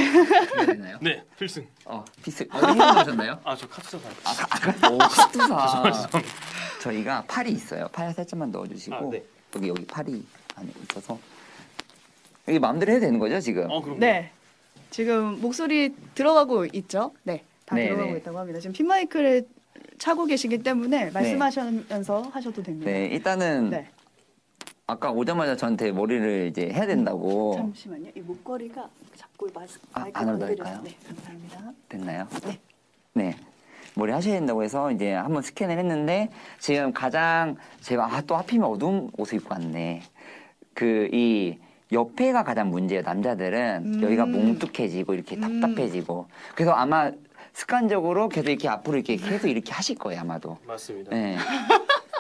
B: 되나요?
C: 네, 필승.
B: 어 피스 어, 행복하셨나요?
C: 아 저 카투사 발.
B: 아, 아, 오, 카투사.
C: 죄송합니다.
B: 저희가 팔이 있어요. 팔 살짝만 넣어주시고
C: 아, 네.
B: 여기 여기 팔이 안에 있어서 이게 마음대로 해도 되는 거죠 지금?
C: 어 그럼.
A: 네. 지금 목소리 들어가고 있죠? 네. 다
B: 네,
A: 들어가고
B: 네.
A: 있다고 합니다. 지금 핀마이크를 차고 계시기 때문에 말씀하시면서 하셔도 됩니다.
B: 네 일단은
A: 네.
B: 아까 오자마자 저한테 머리를 이제 해야
C: 음,
B: 된다고
A: 잠시만요. 이 목걸이가 자꾸 마스,
B: 어. 아,
A: 마이크
B: 안으로
A: 건드려서-
B: 넣을까요?
A: 네, 감사합니다.
B: 됐나요?
A: 네.
B: 네. 머리 하셔야 된다고 해서 이제 한번 스캔을 했는데 지금 가장 제가 아, 또 하필이면 어두운 옷을 입고 왔네. 그 이 옆에가 가장 문제예요. 남자들은
A: 음.
B: 여기가 뭉뚝해지고 이렇게
A: 음.
B: 답답해지고 그래서 아마 습관적으로 계속 이렇게 앞으로 이렇게 계속 이렇게 하실 거예요 아마도.
C: 맞습니다.
B: 네.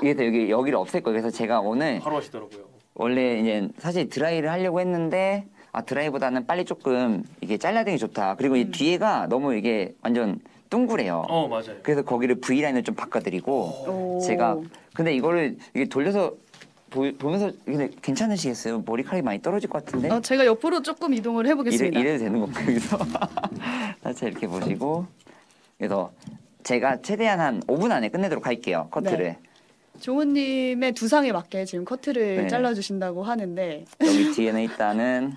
B: 그래서 여기 여기를 없앨 거예요. 그래서 제가 오늘
C: 바로 하시더라고요.
B: 원래 이제 사실 드라이를 하려고 했는데 아 드라이보다는 빨리 조금 이게 잘라드는 게 좋다. 그리고 이
A: 음.
B: 뒤에가 너무 이게 완전 둥그래요.
C: 어 맞아요.
B: 그래서 거기를 V 라인을 좀 바꿔드리고
A: 오.
B: 제가 근데 이거를 이게 돌려서 보, 보면서 근데 괜찮으시겠어요? 머리카락이 많이 떨어질 것 같은데
A: 어, 제가 옆으로 조금 이동을
B: 네. 이래,
A: 해보겠습니다.
B: 이래도 되는 건가요? 그래서 살짝 이렇게 보시고 그래서 제가 최대한 한 5분 안에 끝내도록 할게요 커트를
A: 종훈님의 두상에 맞게 지금 커트를
B: 네.
A: 잘라주신다고 하는데
B: 여기 뒤에는 일단은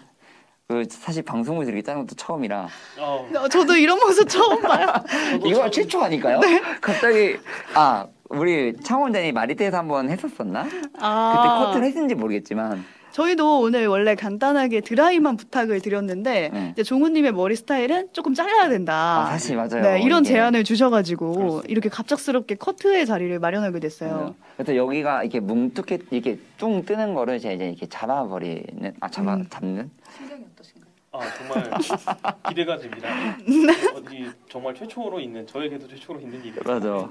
B: 그 사실 방송국에서 이렇게 짜는 것도 처음이라
C: 어,
A: 어, 저도 이런 모습 처음 봐요.
C: 저도
B: 이거
C: 처음-
B: 최초 아닐까요?
A: 네.
B: 갑자기 아 우리 창원장이 마리떼에서 한번 했었었나? 그때
A: 아,
B: 커트를 했는지 모르겠지만
A: 저희도 오늘 원래 간단하게 드라이만 부탁을 드렸는데
B: 네.
A: 이제 종훈님의 머리 스타일은 조금 잘라야 된다.
B: 아, 사실 맞아요.
A: 네, 이런
B: 이게.
A: 제안을 주셔가지고
C: 그렇습니다.
A: 이렇게 갑작스럽게 커트의 자리를 마련하게 됐어요.
B: 네. 그래서 여기가 이렇게 뭉툭해 이렇게 뚱 뜨는 거를 제가 이제 이렇게 잡아버리는 아 잡아
A: 음.
B: 잡는
D: 심정이 어떠신가요?
C: 아 정말 기대가 됩니다.
A: 네.
C: 어디 정말 최초로 있는 저에게도 최초로 있는 일이
B: 맞아.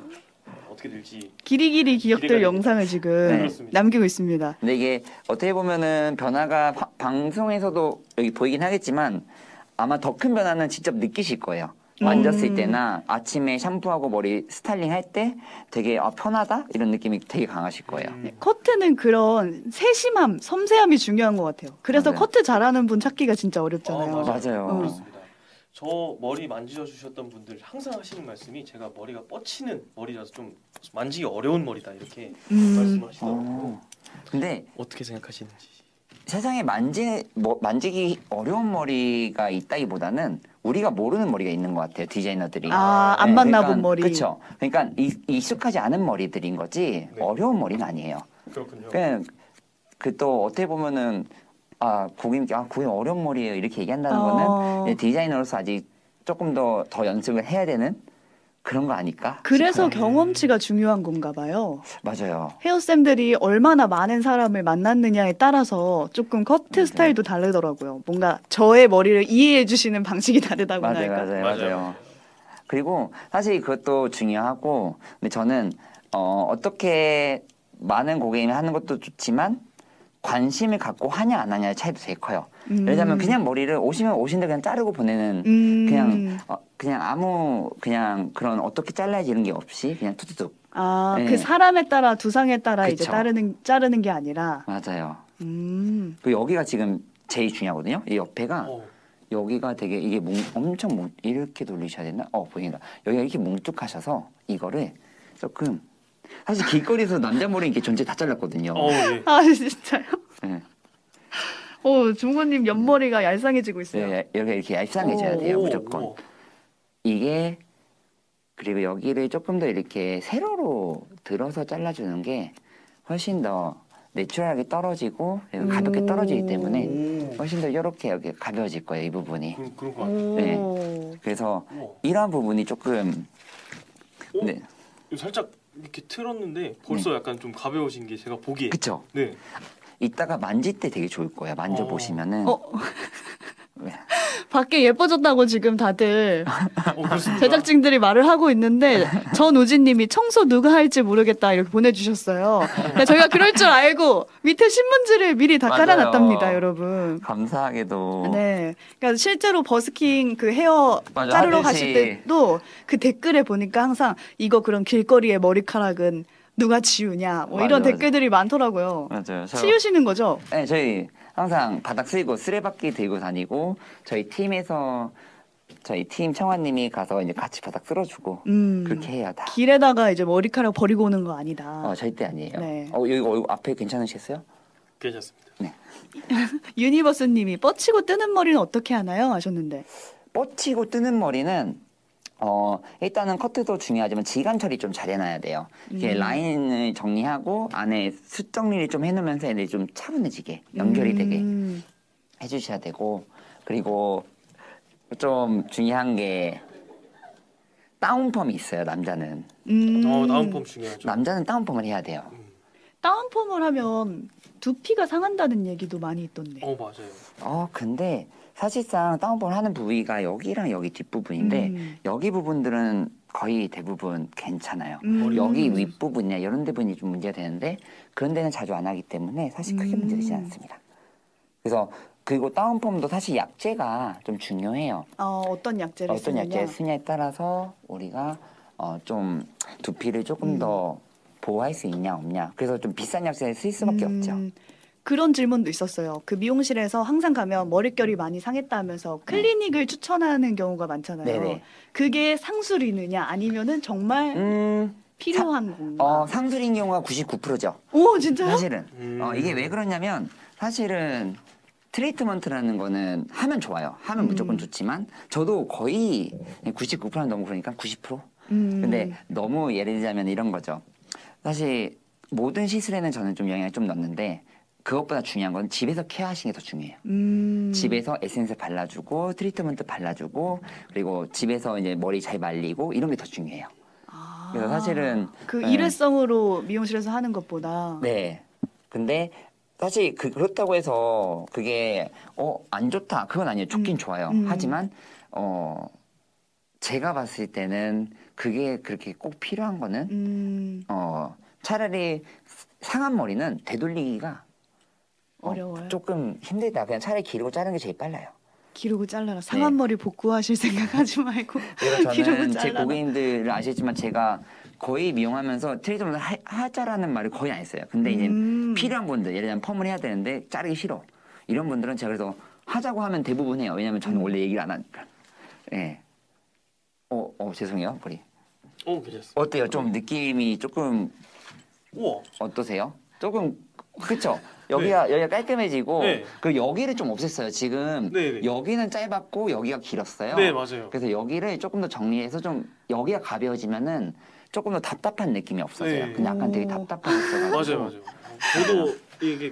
C: 어떻게 될지
A: 길이길이 기억들
C: 기대가
A: 영상을 지금
B: 네,
C: 그렇습니다.
A: 남기고 있습니다.
B: 근데 이게 어떻게 보면은 변화가 화- 방송에서도 여기 보이긴 하겠지만 아마 더 큰 변화는 직접 느끼실 거예요. 만졌을
A: 음.
B: 때나 아침에 샴푸하고 머리 스타일링 할 때 되게 아, 편하다 이런 느낌이 되게 강하실 거예요.
C: 음,
A: 네, 커트는 그런 세심함, 섬세함이 중요한 것 같아요. 그래서
B: 맞아요.
A: 커트 잘하는 분 찾기가 진짜 어렵잖아요.
C: 어,
B: 맞아요.
A: 어.
C: 그렇습니다. 저 머리 만지셔 주셨던 분들 항상 하시는 말씀이 제가 머리가 뻗치는 머리라서 좀 만지기 어려운 머리다 이렇게
A: 음.
C: 말씀하시더라고요.
B: 어. 근데
C: 어떻게 생각하시는지.
B: 세상에 만지 뭐, 만지기 어려운 머리가 있다기보다는 우리가 모르는 머리가 있는 것 같아요 디자이너들이.
A: 아, 안
B: 네,
A: 만나본
B: 그러니까-
A: 머리.
B: 그쵸. 그러니까 이- 익숙하지 않은 머리들인 거지
C: 네. 그렇죠.
B: 어려운 머리는 아니에요.
C: 그렇군요.
B: 그냥 그또 어떻게 보면은 아 고객님 아 고객 어려운 머리예요 이렇게 얘기한다는
A: 어.
B: 거는 이제 디자이너로서 아직 조금 더 더 연습을 해야 되는 그런 거 아닐까?
A: 그래서
B: 싶어요.
A: 경험치가 중요한 건가 봐요.
B: 맞아요.
A: 헤어쌤들이 얼마나 많은 사람을 만났느냐에 따라서 조금 커트
B: 맞아요.
A: 스타일도 다르더라고요. 뭔가 저의 머리를 이해해 주시는 방식이 다르다고
B: 맞아요,
A: 할까?
B: 맞아요, 맞아요. 그리고 사실 그것도 중요하고 근데 저는 어, 어떻게 많은 고객님이 하는 것도 좋지만 관심을 갖고 하냐 안 하냐의 차이도 되게 커요.
A: 음.
B: 예를 들면 그냥 머리를 오시면 오신데 그냥 자르고 보내는
A: 음.
B: 그냥 어, 그냥 아무 그냥 그런 어떻게 잘라야지 이런 게 없이 그냥 툭툭툭
A: 아,
B: 네.
A: 그 사람에 따라 두상에 따라 이제
B: 그쵸.
A: 따르는 자르는 게 아니라
B: 맞아요.
A: 음.
B: 그 여기가 지금 제일 중요하거든요. 이 옆에가
C: 어,
B: 여기가 되게 이게 뭉, 엄청 뭉, 이렇게 돌리셔야 되나? 어 보인다. 여기가 이렇게 뭉툭하셔서 이거를 조금 사실 길거리에서 남자 머리 이렇게 전체 다 잘랐거든요.
C: 어, 예.
A: 아, 진짜요?
B: 네.
A: 오, 종호님 옆머리가 얄쌍해지고 있어요.
B: 네, 이렇게 이렇게 얄쌍해져야 돼요 무조건.
C: 오,
B: 이게 그리고 여기를 조금 더 이렇게 세로로 들어서 잘라주는 게 훨씬 더 내추럴하게 떨어지고
A: 음.
B: 가볍게 떨어지기 때문에
C: 오.
B: 훨씬 더 이렇게 여기 가벼워질 거예요 이 부분이.
C: 그, 그런 거 같아요.
A: 오.
B: 네. 그래서
C: 우와.
B: 이러한 부분이 조금
C: 오,
B: 네
C: 이거 살짝 이렇게 틀었는데 벌써 약간 좀 가벼워진 게 제가 보기에
B: 그쵸.
C: 네.
B: 이따가 만질 때 되게 좋을 거예요. 만져 보시면은
A: 어. 밖에 예뻐졌다고 지금 다들
C: 어, 그렇습니다.
A: 제작진들이 말을 하고 있는데 전우진님이 청소 누가 할지 모르겠다 이렇게 보내주셨어요. 근데 저희가 그럴 줄 알고 밑에 신문지를 미리 다
B: 맞아요.
A: 깔아놨답니다, 여러분.
B: 감사하게도
A: 네, 그러니까 실제로 버스킹 그 헤어
B: 맞아,
A: 자르러
B: 하듯이.
A: 가실 때도 그 댓글에 보니까 항상 이거 그런 길거리의 머리카락은 누가 지우냐 뭐
B: 맞아,
A: 이런
B: 맞아.
A: 댓글들이 많더라고요.
B: 맞아요. 저-
A: 치우시는 거죠?
B: 네, 저희 항상 바닥 쓸고 쓰레받기 들고 다니고 저희 팀에서 저희 팀 청아님이 가서 이제 같이 바닥 쓸어주고
A: 음.
B: 그렇게 해야 다.
A: 길에다가 이제 머리카락 버리고 오는 거 아니다.
B: 어, 절대 아니에요.
A: 네.
B: 어, 여기 얼굴 앞에 괜찮으셨어요?
C: 괜찮습니다.
A: 유니버스님이 뻗치고 뜨는 머리는 어떻게 하나요? 하셨는데
B: 뻗치고 뜨는 머리는 어, 일단은 커트도 중요하지만 지간 처리 좀 잘 해놔야 돼요. 이게
A: 음.
B: 라인을 정리하고 안에 숱 정리를 좀 해놓으면서 얘네들이 좀 차분해지게 연결이 되게
A: 음.
B: 해주셔야 되고 그리고 좀 중요한 게 다운펌이 있어요 남자는
A: 음.
C: 어 다음 펌 중요하죠.
B: 남자는 다운펌을 해야 돼요
C: 음.
A: 다운펌을 하면 두피가 상한다는 얘기도 많이 있던데.
C: 어 맞아요.
B: 어 근데 사실상 다운펌을 하는 부위가 여기랑 여기 뒷부분인데
A: 음.
B: 여기 부분들은 거의 대부분 괜찮아요
A: 음.
B: 어, 여기 윗부분이나 이런 부분이 좀 문제가 되는데 그런 데는 자주 안 하기 때문에 사실 크게
A: 음.
B: 문제되지 않습니다 그래서 그리고 다운펌도 사실 약재가 좀 중요해요
A: 어, 어떤 약재를
B: 어떤
A: 쓰느냐.
B: 약재를 쓰냐에 따라서 우리가 어, 좀 두피를 조금
A: 음.
B: 더 보호할 수 있냐 없냐 그래서 좀 비싼 약재를 쓸 수밖에
A: 음,
B: 없죠
A: 그런 질문도 있었어요. 그 미용실에서 항상 가면 머릿결이 많이 상했다 하면서 클리닉을 추천하는 경우가 많잖아요.
B: 네. 네네
A: 그게 상술이느냐 아니면은 정말
B: 음,
A: 필요한 건가?
B: 어, 상술인 경우가 99%죠
A: 오 진짜요?
B: 사실은
C: 음.
B: 어, 이게 왜 그러냐면 사실은 트리트먼트라는 거는 하면 좋아요 하면
A: 음.
B: 무조건 좋지만 저도 거의 99%는 너무 그러니까 90%
A: 음.
B: 근데 너무 예를 들자면 이런 거죠. 사실 모든 시술에는 저는 좀 영향을 좀 넣는데 그것보다 중요한 건 집에서 케어하시는 게 더 중요해요.
A: 음.
B: 집에서 에센스 발라주고 트리트먼트 발라주고 그리고 집에서 이제 머리 잘 말리고 이런 게 더 중요해요.
A: 아.
B: 그래서 사실은
A: 그
B: 네.
A: 일회성으로 미용실에서 하는 것보다
B: 네. 근데 사실 그 그렇다고 해서 그게 어 안 좋다 그건 아니에요. 좋긴
A: 음.
B: 좋아요.
A: 음.
B: 하지만 어 제가 봤을 때는 그게 그렇게 꼭 필요한 거는
A: 음,
B: 어 차라리 상한 머리는 되돌리기가 어,
A: 어려워요.
B: 조금 힘들다. 그냥 차라리 기르고 자르는 게 제일 빨라요.
A: 기르고
C: 네.
A: 잘라라. 상한 머리 복구하실 생각하지 말고
B: 그래서
A: 기르고
B: 저는 제
A: 잘라라.
B: 고객님들 아시지만 제가 거의 미용하면서 트리트먼트 하- 하자라는 말을 거의 안 했어요. 근데 이제
A: 음.
B: 필요한 분들, 예를 들면 펌을 해야 되는데 자르기 싫어. 이런 분들은 제가 그래서 하자고 하면 대부분 해요. 왜냐면 저는
A: 음.
B: 원래 얘기를 안 하니까. 예. 어, 어, 죄송해요, 머리.
C: 어 괜찮습니다.
B: 어때요? 좀 느낌이 조금
C: 우와.
B: 어떠세요? 조금 그쵸? 여기가 여기가 깔끔해지고
C: 네.
B: 그리고 여기를 좀 없앴어요. 지금
C: 네, 네.
B: 여기는 짧았고 여기가 길었어요.
C: 네 맞아요.
B: 그래서 여기를 조금 더 정리해서 좀 여기가 가벼워지면은 조금 더 답답한 느낌이 없어져요.
C: 네.
B: 근데 약간 되게
A: 오.
B: 답답한 느낌.
C: 맞아요 맞아요. 저도 이게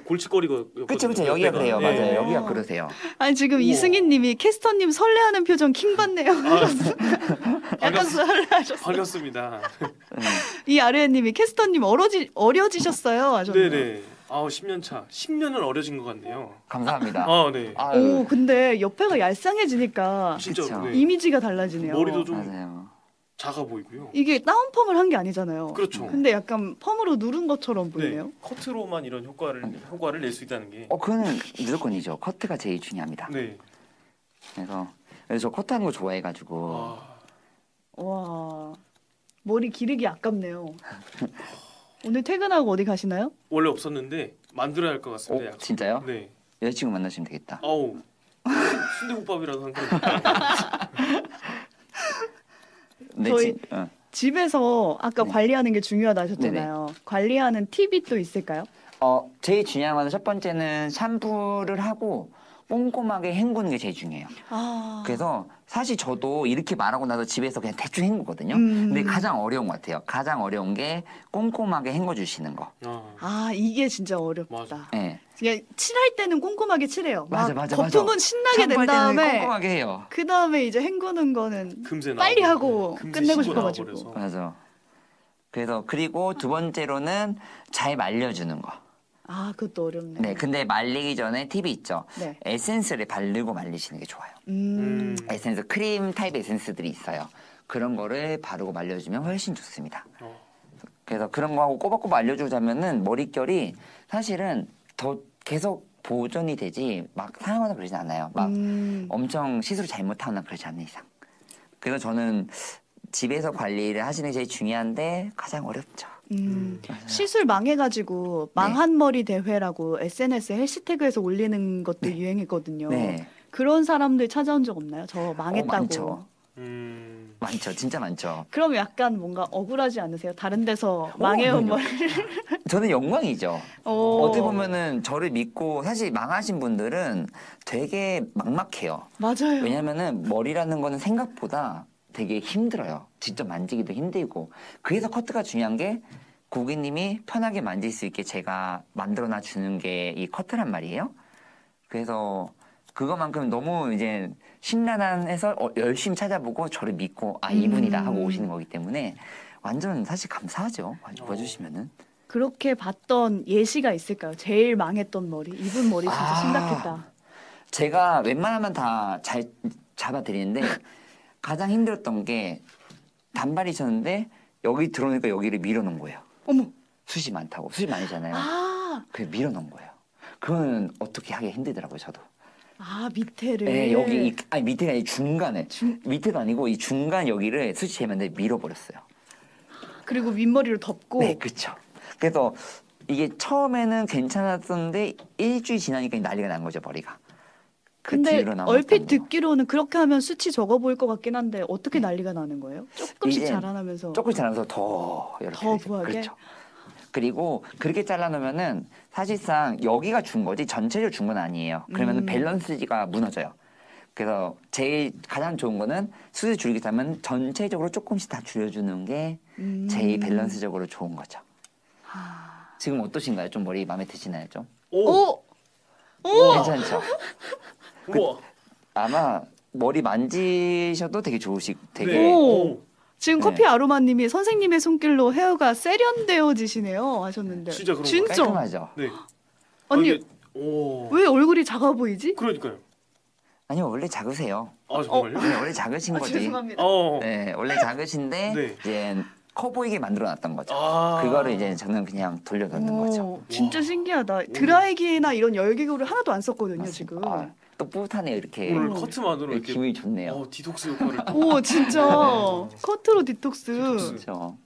B: 네.
C: 골칫거리거든요.
B: 그쵸 그쵸 여기가 그래요.
A: 네.
B: 맞아요.
A: 여기-
B: 여기가 그러세요.
A: 아니 지금
C: 우와.
A: 이승희님이 캐스터님 설레하는 표정 킹 받네요. 약간
C: 아, 반갑습니다.
A: 설레하셨어. 요
C: 반갑습니다.
B: 음.
A: 이 아르헨님이 캐스터님 어려지 어려지셨어요. 하셨네요.
C: 네네. 아우 10년 차. 10년은 어려진 것 같네요.
B: 감사합니다.
C: 아 네.
B: 아유,
A: 오 근데 옆에가 얄쌍해지니까
C: 진짜
B: 그쵸.
C: 네.
A: 이미지가 달라지네요.
C: 머리도 좀
B: 맞아요.
C: 작아 보이고요.
A: 이게 다운펌을 한 게 아니잖아요.
C: 그렇죠.
A: 근데 약간 펌으로 누른 것처럼
C: 네.
A: 보이네요.
C: 커트로만 이런 효과를 효과를 낼 수 있다는 게.
B: 어 그거는 무조건이죠. 커트가 제일 중요합니다.
A: 어?
C: 네.
B: 그래서 그래서 저 커트하는 거 좋아해가지고
C: 아,
A: 와 머리 기르기 아깝네요. 오늘 퇴근하고 어디 가시나요?
C: 원래 없었는데 만들어야 할 것
B: 어,
C: 같습니다. 약속.
B: 진짜요?
C: 네.
B: 여자친구 만나시면 되겠다.
C: 아우 순대국밥이라도 한 그릇.
B: 근데
A: 저희-
B: 지- 어.
A: 집에서 아까
B: 네. 관리하는
A: 관리하는 게 중요하다 하셨잖아요. 관리하는 팁이 또 있을까요?
B: 어, 제일 중요한 거는 첫 번째는 샴푸를 하고 꼼꼼하게 헹구는 게 제일 중요해요.
A: 아
B: 그래서 사실 저도 이렇게 말하고 나서 집에서 그냥 대충 헹구거든요.
A: 음.
B: 근데 가장 어려운 것 같아요. 가장 어려운 게 꼼꼼하게 헹궈주시는 거.
C: 아.
A: 아 이게 진짜 어렵다.
C: 맞아.
B: 예.
A: 그냥 칠할 때는 꼼꼼하게 칠해요. 막
B: 맞아, 맞아, 맞아.
A: 거품은 신나게 낸
B: 샴푸할 때는
A: 다음에
B: 꼼꼼하게 해요.
A: 그 다음에 이제 헹구는 거는
B: 그
C: 금세
A: 빨리
C: 나오고.
A: 하고
C: 네, 금세
A: 끝내고
C: 씻고
A: 싶어가지고.
C: 나와버려서.
B: 맞아. 그래서 그리고 두 번째로는 잘 말려주는 거.
A: 아 그것도 어렵네.
B: 네. 근데 말리기 전에 팁이 있죠.
A: 네.
B: 에센스를 바르고 말리시는 게 좋아요.
A: 음.
C: 음.
B: 에센스 크림 타입 에센스들이 있어요. 그런 거를 바르고 말려주면 훨씬 좋습니다.
C: 어,
B: 그래서 그런 거하고 꼬박꼬박 알려주자면은 머릿결이 사실은 더 계속 보존이 되지 막 상하거나 그러진 않아요. 막 어,
A: 음.
B: 엄청 시술을 잘못하거나 그러지 않는 이상. 그래서 저는 집에서 관리를 하시는 게 제일 중요한데 가장 어렵죠.
A: 음, 시술 망해가지고 망한 머리 대회라고 SNS 에 해시태그에서 올리는 것도 유행이거든요.
B: 네, 어,
A: 그런 사람들 찾아온 적 없나요? 저 망했다고.
B: 많죠.
C: 음.
B: 많죠. 진짜 많죠.
A: 그럼 약간 뭔가 억울하지 않으세요? 다른 데서
B: 어,
A: 망해온
B: 아니요.
A: 머리.
B: 저는 영광이죠.
A: 어,
B: 어떻게 보면은 저를 믿고 사실 망하신 분들은 되게 막막해요.
A: 맞아요.
B: 왜냐면은 머리라는 거는 생각보다 되게 힘들어요. 직접 만지기도 힘들고. 그래서 커트가 중요한 게 고객님이 편하게 만질 수 있게 제가 만들어놔 주는 게 이 커트란 말이에요. 그래서 그거만큼 너무 이제 신란한 해서 어, 열심히 찾아보고 저를 믿고 아 이분이다 하고
A: 음.
B: 오시는 거기 때문에 완전 사실 감사하죠.
A: 어.
B: 와- 와주시면은.
A: 그렇게 봤던 예시가 있을까요? 제일 망했던 머리. 이분 머리 진짜
B: 아.
A: 심각했다.
B: 제가 웬만하면 다 잘 잡아드리는데 가장 힘들었던 게 단발이셨는데 여기 들어오니까 여기를 밀어놓은 거예요.
A: 어머.
B: 네. 숱이 많다고 숱이 많으잖아요.
A: 아,
B: 그래 밀어놓은 거예요. 그거는 어떻게 하기 힘들더라고요 저도.
A: 아 밑에를.
B: 네, 여기 이, 아니 밑에가 아니 중간에 밑에도 아니고 이 중간 여기를 숱이 재면데 밀어버렸어요.
A: 그리고 윗머리를 덮고.
B: 네 그렇죠. 그래서 이게 처음에는 괜찮았었는데 일주일 지나니까 난리가 난 거죠 머리가. 그
A: 근데
B: 뒤로 나온
A: 얼핏
B: 것도 아니고.
A: 듣기로는 그렇게 하면 수치 적어 보일 것 같긴 한데 어떻게 난리가 나는 거예요? 조금씩
B: 네. 이제
A: 자라나면서
B: 조금 지나면서 더 이렇게
A: 더
B: 되죠.
A: 부하게?
B: 그렇죠. 그리고 그렇게 잘라놓으면은 사실상 여기가 준 거지 전체적으로 준 건 아니에요. 그러면
A: 음.
B: 은 밸런스가 무너져요. 그래서 제일 가장 좋은 거는 수술 줄이기 하면 전체적으로 조금씩 다 줄여주는 게
A: 음. 아.
B: 제일 밸런스적으로 좋은 거죠.
A: 하.
B: 지금 어떠신가요? 좀 머리 마음에 드시나요? 좀
C: 오.
A: 오! 그
B: 괜찮죠?
C: 우와.
B: 아마 머리 만지셔도 되게 좋으시, 되게
A: 네. 오.
C: 오.
A: 지금
B: 네.
A: 커피 아로마님이 선생님의 손길로 헤어가 세련되어지시네요 하셨는데
C: 진짜 그런 거
B: 깔끔하죠.
C: 네.
A: 아니
C: 아, 이게- 오.
A: 왜 얼굴이 작아 보이지?
C: 그러니까요.
B: 아니요 원래 작으세요.
A: 어?
C: 아 정말요?
B: 원래, 원래 작으신
A: 아,
B: 거지.
A: 죄송합니다.
C: 어.
B: 네, 원래 작으신데
C: 네.
B: 이제 커 보이게 만들어 놨던 거죠.
C: 아.
B: 그거를 이제 저는 그냥 돌려 넣는 거죠.
A: 오, 진짜
C: 와.
A: 신기하다. 드라이기나 이런 열기구를 하나도 안 썼거든요
B: 맞습니다.
A: 지금.
B: 아, 또 뿌듯하네요 이렇게.
C: 오늘
A: 오.
C: 커트만으로
B: 네,
C: 이렇게
B: 기분이 좋네요.
C: 어, 디톡스 효과를
A: 음, 그 오 진짜
C: 네.
A: 커트로 디톡스.
C: 디톡스.
B: 그렇죠.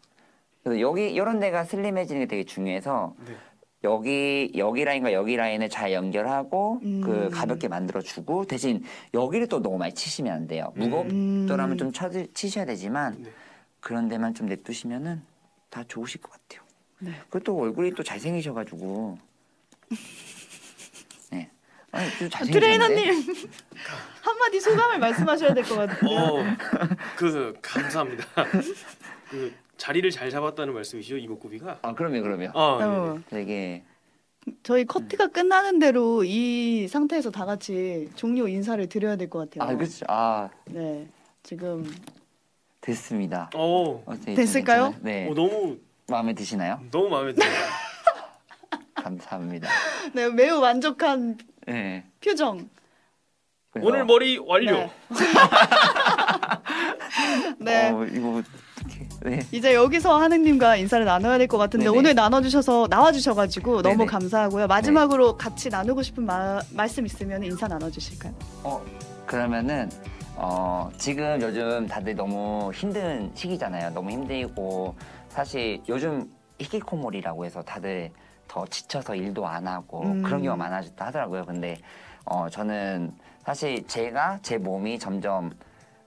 B: 그래서 여기 이런 데가 슬림해지는 게 되게 중요해서
C: 네.
B: 여기 여기 라인과 여기 라인을 잘 연결하고
A: 음.
B: 그 가볍게 만들어 주고 대신 여기를 또 너무 많이 치시면 안 돼요.
C: 음.
B: 무겁더라면 좀 쳐, 치셔야 되지만
C: 네.
B: 그런 데만 좀 냅두시면은 다 좋으실 것 같아요.
A: 네.
B: 그것도 얼굴이 또 잘생기셔가지고. 네. 아니, 좀
A: 아,
B: 잘생기셨는데?
A: 트레이너님 한마디 소감을 말씀하셔야 될 것 같은데.
C: 어, 그 감사합니다. 그 자리를 잘 잡았다는 말씀이시죠 이목구비가?
B: 아 그럼요, 그럼요.
C: 아,
A: 어,
B: 되게
A: 저희 커트가 끝나는 대로 이 상태에서 다 같이 종료 인사를 드려야 될 것 같아요.
B: 아 그렇죠. 아
A: 네, 지금
B: 됐습니다.
C: 예. 어,
B: 어, 되게 좀
A: 됐을까요?
B: 괜찮아요? 네.
C: 어, 너무
B: 마음에 드시나요?
C: 너무 마음에 들어요.
B: 감사합니다.
A: 네, 매우 만족한
B: 네.
A: 표정.
B: 그래서-
C: 오늘 뭐- 머리 완료.
A: 네. 네.
B: 어, 이거 어떻게? 네.
A: 이제 여기서 하느님과 인사를 나눠야 될 것 같은데
B: 네네.
A: 오늘 나눠주셔서 나와주셔가지고 너무
B: 네네.
A: 감사하고요. 마지막으로 같이 나누고 싶은 마- 말씀 있으면 인사 나눠주실까요?
B: 어 그러면은 어 지금 요즘 다들 너무 힘든 시기잖아요. 너무 힘들고 사실 요즘 히키코모리라고 해서 다들 더 지쳐서 일도 안 하고
A: 음.
B: 그런 경우가 많아졌다 하더라고요. 근데 어 저는 사실 제가 제 몸이 점점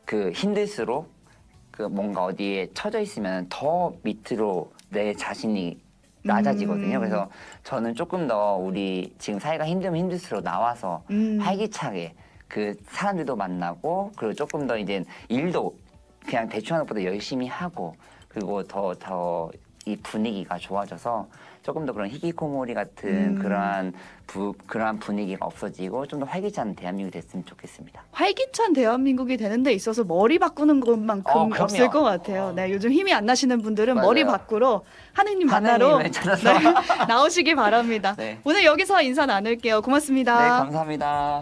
B: 그 힘들수록 그 뭔가 어디에 처져 있으면 더 밑으로 내 자신이 낮아지거든요.
A: 음.
B: 그래서 저는 조금 더 우리 지금 사회가 힘들면 힘들수록 나와서
A: 음.
B: 활기차게 그 사람들도 만나고 그리고 조금 더 이제 일도 그냥 대충 하는 것보다 열심히 하고 그리고 더 더 이 분위기가 좋아져서 조금 더 그런 히키코모리 같은
A: 음.
B: 그러한 부, 그러한 분위기가 없어지고 좀 더 활기찬 대한민국이 됐으면 좋겠습니다.
A: 활기찬 대한민국이 되는 데 있어서 머리 바꾸는 것만큼
B: 어, 그럼요.
A: 없을 것 같아요. 네, 요즘 힘이 안 나시는 분들은
B: 맞아요.
A: 머리 바꾸러 하느님 만나러
B: 하느님을 찾아서
A: 네, 나오시기 바랍니다.
B: 네.
A: 오늘 여기서 인사 나눌게요. 고맙습니다.
B: 네 감사합니다.